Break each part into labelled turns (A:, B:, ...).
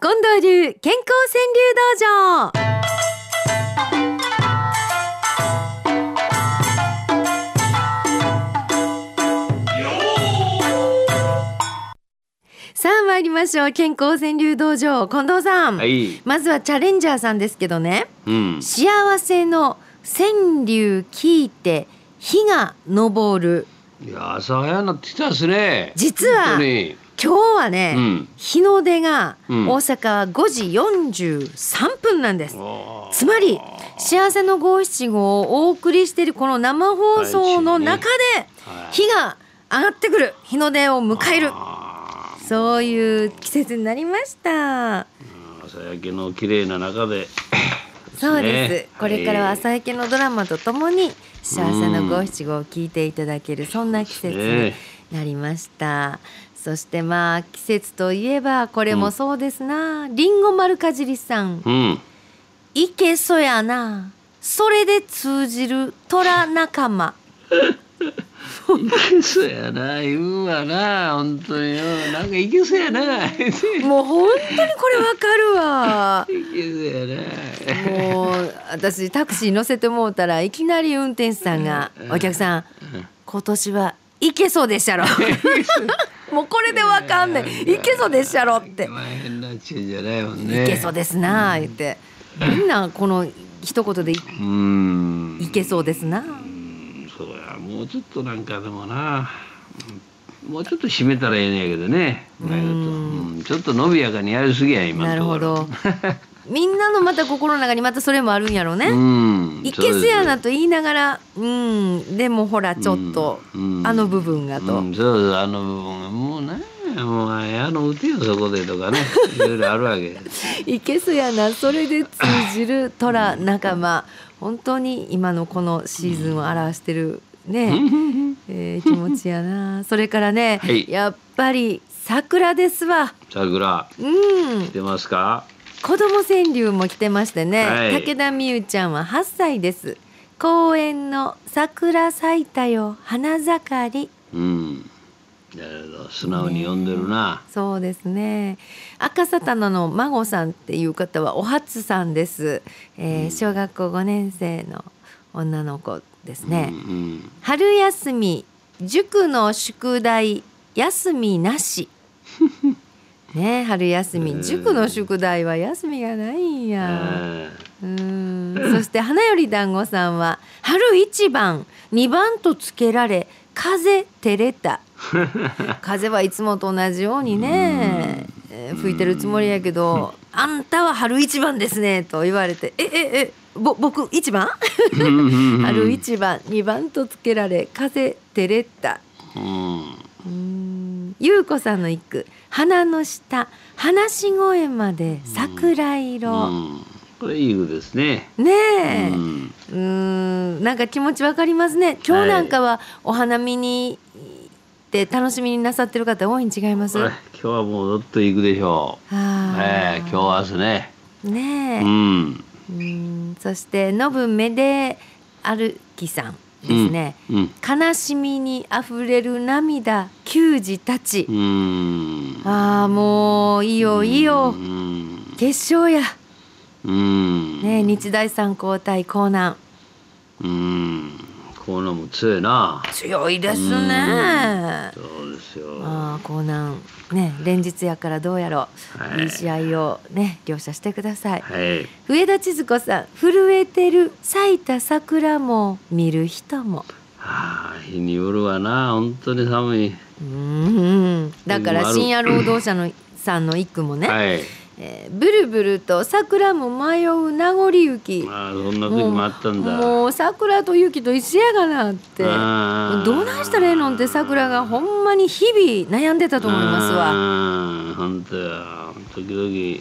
A: 近藤流健康川柳道場さあ参りましょう健康川柳道場近藤さん、
B: はい。
A: まずはチャレンジャーさんですけどね
B: うん。
A: 幸せの川柳聞いて火が昇る
B: いや、朝早なってきたですね。
A: 実は
B: 本当に。
A: 今日はね、
B: うん。
A: 日の出が大
B: うん
A: 阪は5時43分なんです、
B: おー
A: つまり幸せの五七五をお送りしているこの生放送の中で
B: はい
A: 火が上がってくる日の出を迎える
B: あ
A: そういう季節になりました
B: ー朝焼けの綺麗な中で。
A: そうです、
B: ね
A: これからは朝焼けのドラマとともに幸せの
B: うん
A: 五七五を聞いていただけるそんな季節に
B: ね
A: なりましたそしてまあ季節といえばこれもそうですなりんご丸かじりさん
B: うん。
A: いけそやなそれで通じる虎仲間
B: いけそうやな、言うわな、本当によ。なんかいけそうやな。いけそう
A: もう本当にこれわかるわ
B: やな。
A: もう私タクシー乗せてもうたらいきなり運転手さんが「お客さん今年はいけそうでっしゃ ろ」もうこれでわかんない「いけそうでっしゃろ」って
B: まあ変なっちゃうんじゃないも
A: 「
B: んね。
A: いけそうですな」言ってみんなこの一言で
B: うーん
A: 「いけそうですな」
B: うんそうやもうちょっとなんかでもなうんもうちょっと締めたらええねんやけどねうまいことうんちょっと伸びやかにやりすぎや今
A: なる
B: のとこ
A: ほ
B: ろ
A: ど みんなのまた心の中にまたそれもあるんやろうね。
B: うん
A: いけすやな
B: と
A: と言いながらうんでもほらちょっと、あの部分がと、
B: うんそうそうあの部分がもうねもうあの打てよそこでとか ねいろいろあるわけ
A: いけすやなそれで通じる虎仲間本当に今のこのシーズンを表してるね、えー気持ちやなそれからね、
B: はい
A: やっぱり桜ですわ
B: 桜
A: うん
B: 出ますか
A: 子供川柳も来てましてね、
B: はい
A: 武田美優ちゃんは8歳です公園の桜咲いたよ花盛り
B: うんなるほど素直に呼んでるな、
A: そうですね赤さたなの孫さんっていう方はお初さんです、えー小学校5年生の女の子ですね、
B: うんうん
A: 春休み塾の宿題休みなしね春休み塾の宿題は休みがないんや、
B: ええ
A: うーんそして花より団子さんは春一番二番とつけられ風照れ た風はいつもと同じようにね、えー吹いてるつもりやけど「あんたは春一番ですね」と言われて「えええぼ僕一番 春一番二番とつけられ風照れた」
B: うん
A: うーん優子さんの一句「花の下話し声まで桜
B: う
A: 色
B: ん、これいい句ですね。」
A: ねえ、
B: うん、
A: うーん、なんか気持ちわかりますね。今日なんかはお花見に行って楽しみになさってる方多いに違います。
B: これ
A: あ
B: 今日はもうどっと行くでしょう。
A: ー
B: ええ今日はですね。
A: ねえ
B: う、ん、
A: うーん、そしてのぶめで歩きさんですね。
B: うん、
A: 悲しみに溢れる涙、球児たち。
B: うん、
A: ああ、もういいよ、いいよ
B: う、ん、
A: 決勝や。
B: うん、
A: ねえ、日大三高対江南。
B: うん、このも強いな。
A: 強いですね。
B: そうですよ。
A: ああ、コーナンね、連日やからどうやろう、
B: はい
A: い、い試合をね、両者してください。
B: はい、
A: 上田千鶴子さん、震えてる咲いた桜も見る人も。
B: ああ、日によるわな、本当に寒い。
A: うーん、だか
B: でも
A: ら
B: ある
A: 深夜労働者のさんの一句もね、
B: はい、
A: えーブルブルと桜も迷う名残雪。
B: まあ、そんな時もあったんだ。
A: もう桜と雪と一緒やがなって。
B: ああ
A: どうなんしたらええのんって桜がほんまに日々悩んでたと思いますわ。
B: わ。本当や時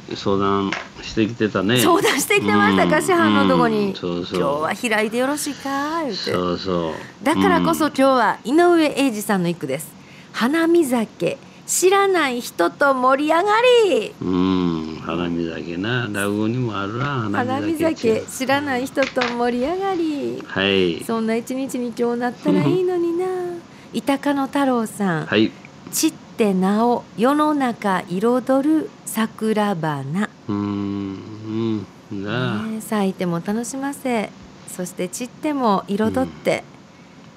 B: 々相談してきてたね。
A: 相談してきてました
B: うん
A: か師範のとこに、
B: うんそうそう
A: 今日は開いてよろしいか言うて
B: そうそう。
A: だからこそ
B: うん
A: 今日は井上英二さんの一句です花見酒知らない人と盛り上がり
B: うん、花見酒な、落語にもあるな、
A: 花見酒知らない人と盛り上がり
B: はい。
A: そんな一日に今日なったらいいのにな豊野太郎さん
B: はい。
A: 「散ってなお世の中彩る桜花、
B: うーんうんなあ、
A: ね咲いても楽しませそして散っても彩って、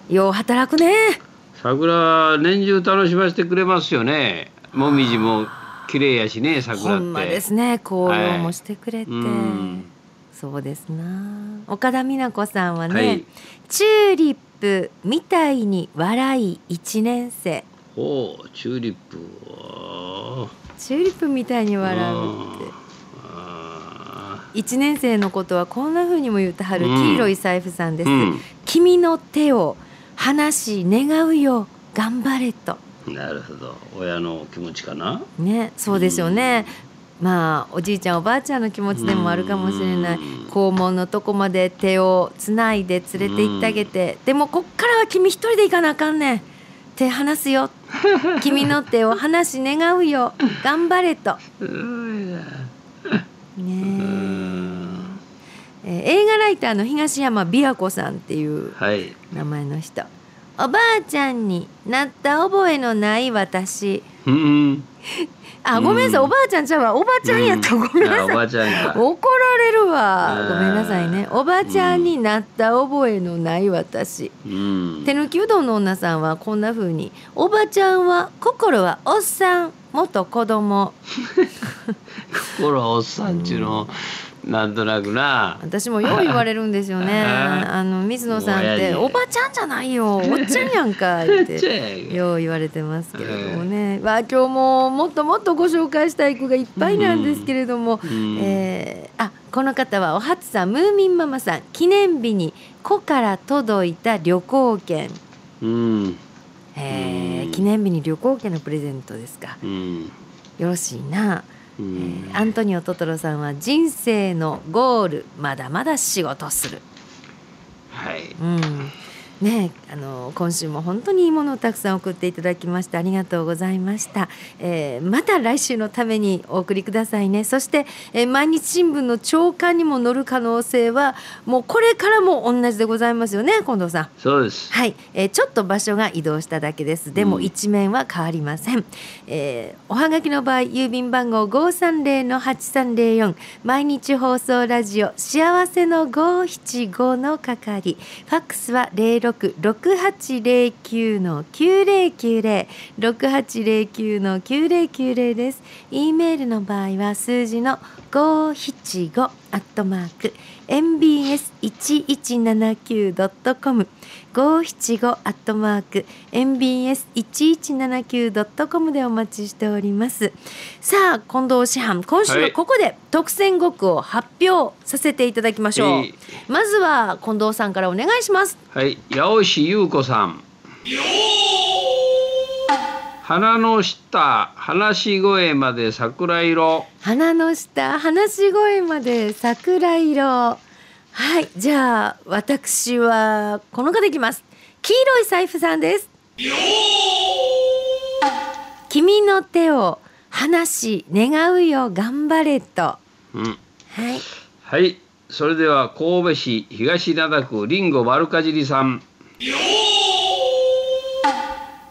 A: よう働くね
B: 桜年中楽しませてくれますよねもみじも綺麗やしね桜っ
A: ほ
B: て
A: んまですね紅葉もしてくれて、
B: うん
A: そうですな岡田美奈子さんはね、
B: はい
A: チューリップみたいに笑い一年生
B: おうチューリップおう
A: チューリップみたいに笑うって
B: んあ
A: 一年生のことはこんな風にも言ってはる
B: うん
A: 黄色い財布さんで
B: ー
A: す、君の手を離し願うよ頑張れと
B: うんなるほど親の気持ちかな
A: ねそうですよね、まあおじいちゃんおばあちゃんの気持ちでもあるかもしれない
B: うん
A: 校門のとこまで手をつないで連れて行ってあげて、でもこっからは君一人で行かなあかんねん手離す よ君の手を離し願うよ頑張れと
B: うーう
A: ね
B: ん
A: ええー映画ライターの東山美也子さんっていう
B: はい
A: 名前の人おばあちゃんになった覚えのない私
B: うん
A: あごめんなさい、
B: うん
A: おばあちゃんちゃうわおばちゃんやった、
B: う
A: ごめんな
B: あおば
A: さい
B: あちゃんか
A: 怒られるわ
B: うん
A: ごめんなさいねおばあちゃんになった覚えのない私
B: うん
A: 手抜きうどんの女さんはこんな風におばちゃんは心はおっさん元子供
B: 心はおっさんちゅうのなんとなくな
A: 私もよう言われるんですよねあの水野さんって「
B: もうやね
A: おばちゃんじゃないよおっちゃんやんか」って
B: ちっちゃいやんけ
A: よう言われてますけれどもね、わあ今日ももっともっとご紹介したい句がいっぱいなんですけれども、
B: うん
A: えーあこの方はおはつさんムーミンママさん記念日に子から届いた旅行券、
B: うん
A: えー
B: うん
A: 記念日に旅行券のプレゼントですか
B: うん
A: よろしいな、
B: う
A: え
B: ん
A: ーアントニオトトロさんは人生のゴールまだまだ仕事する、
B: はい
A: うんねえあの今週も本当にいいものをたくさん送っていただきましてありがとうございました、えーまた来週のためにお送りくださいねそして、えー毎日新聞の朝刊にも載る可能性はもうこれからも同じでございますよね近藤さん
B: そうです
A: はい、えーちょっと場所が移動しただけですでも
B: うん
A: 一面は変わりません、えーおはがきの場合郵便番号530-8304毎日放送ラジオ幸せの575の係ファックスは066809の9090 6809の9090です。E メールの場合は数字の575アットマーク mbs 一一七九ドットコム五七五アットマーク mbs 一一七九ドットコムでお待ちしております。さあ近藤師範今週はここで特選五句を発表させていただきましょう。
B: はい
A: まずは近藤さんからお願いします。
B: はい、八尾市優子さん。花の下、話し声まで桜色。
A: 鼻の下話し声まで桜色はいじゃあ私はこの方いきます黄色い財布さんです君の手を離し願うよ頑張れとは
B: うん、
A: い
B: はい、それでは神戸市東灘区リンゴ丸かじりさん。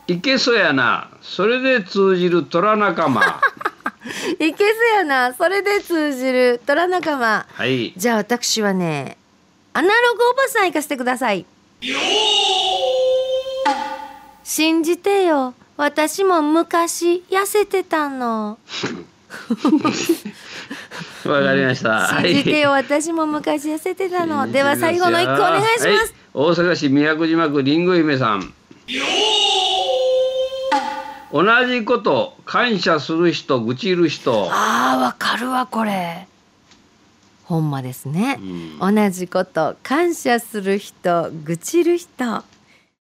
B: いけそやな、それで通じる虎仲間。
A: いけすやなそれで通じる虎仲間
B: はい、
A: じゃあ私はねアナログおばさん行かせてください信じてよ私も昔痩せてたの
B: わかりました。
A: 信じてよ
B: はい
A: 私も昔痩せてたのでは
B: 信じて
A: 最
B: みま
A: 後
B: すよ
A: の一句お願いし
B: は
A: ます、
B: 大阪市宮古島区リンゴ姫さん。同じこと感謝する人愚痴る人。
A: あーわかるわこれほんまですね
B: う、ん
A: 同じこと感謝する人愚痴る人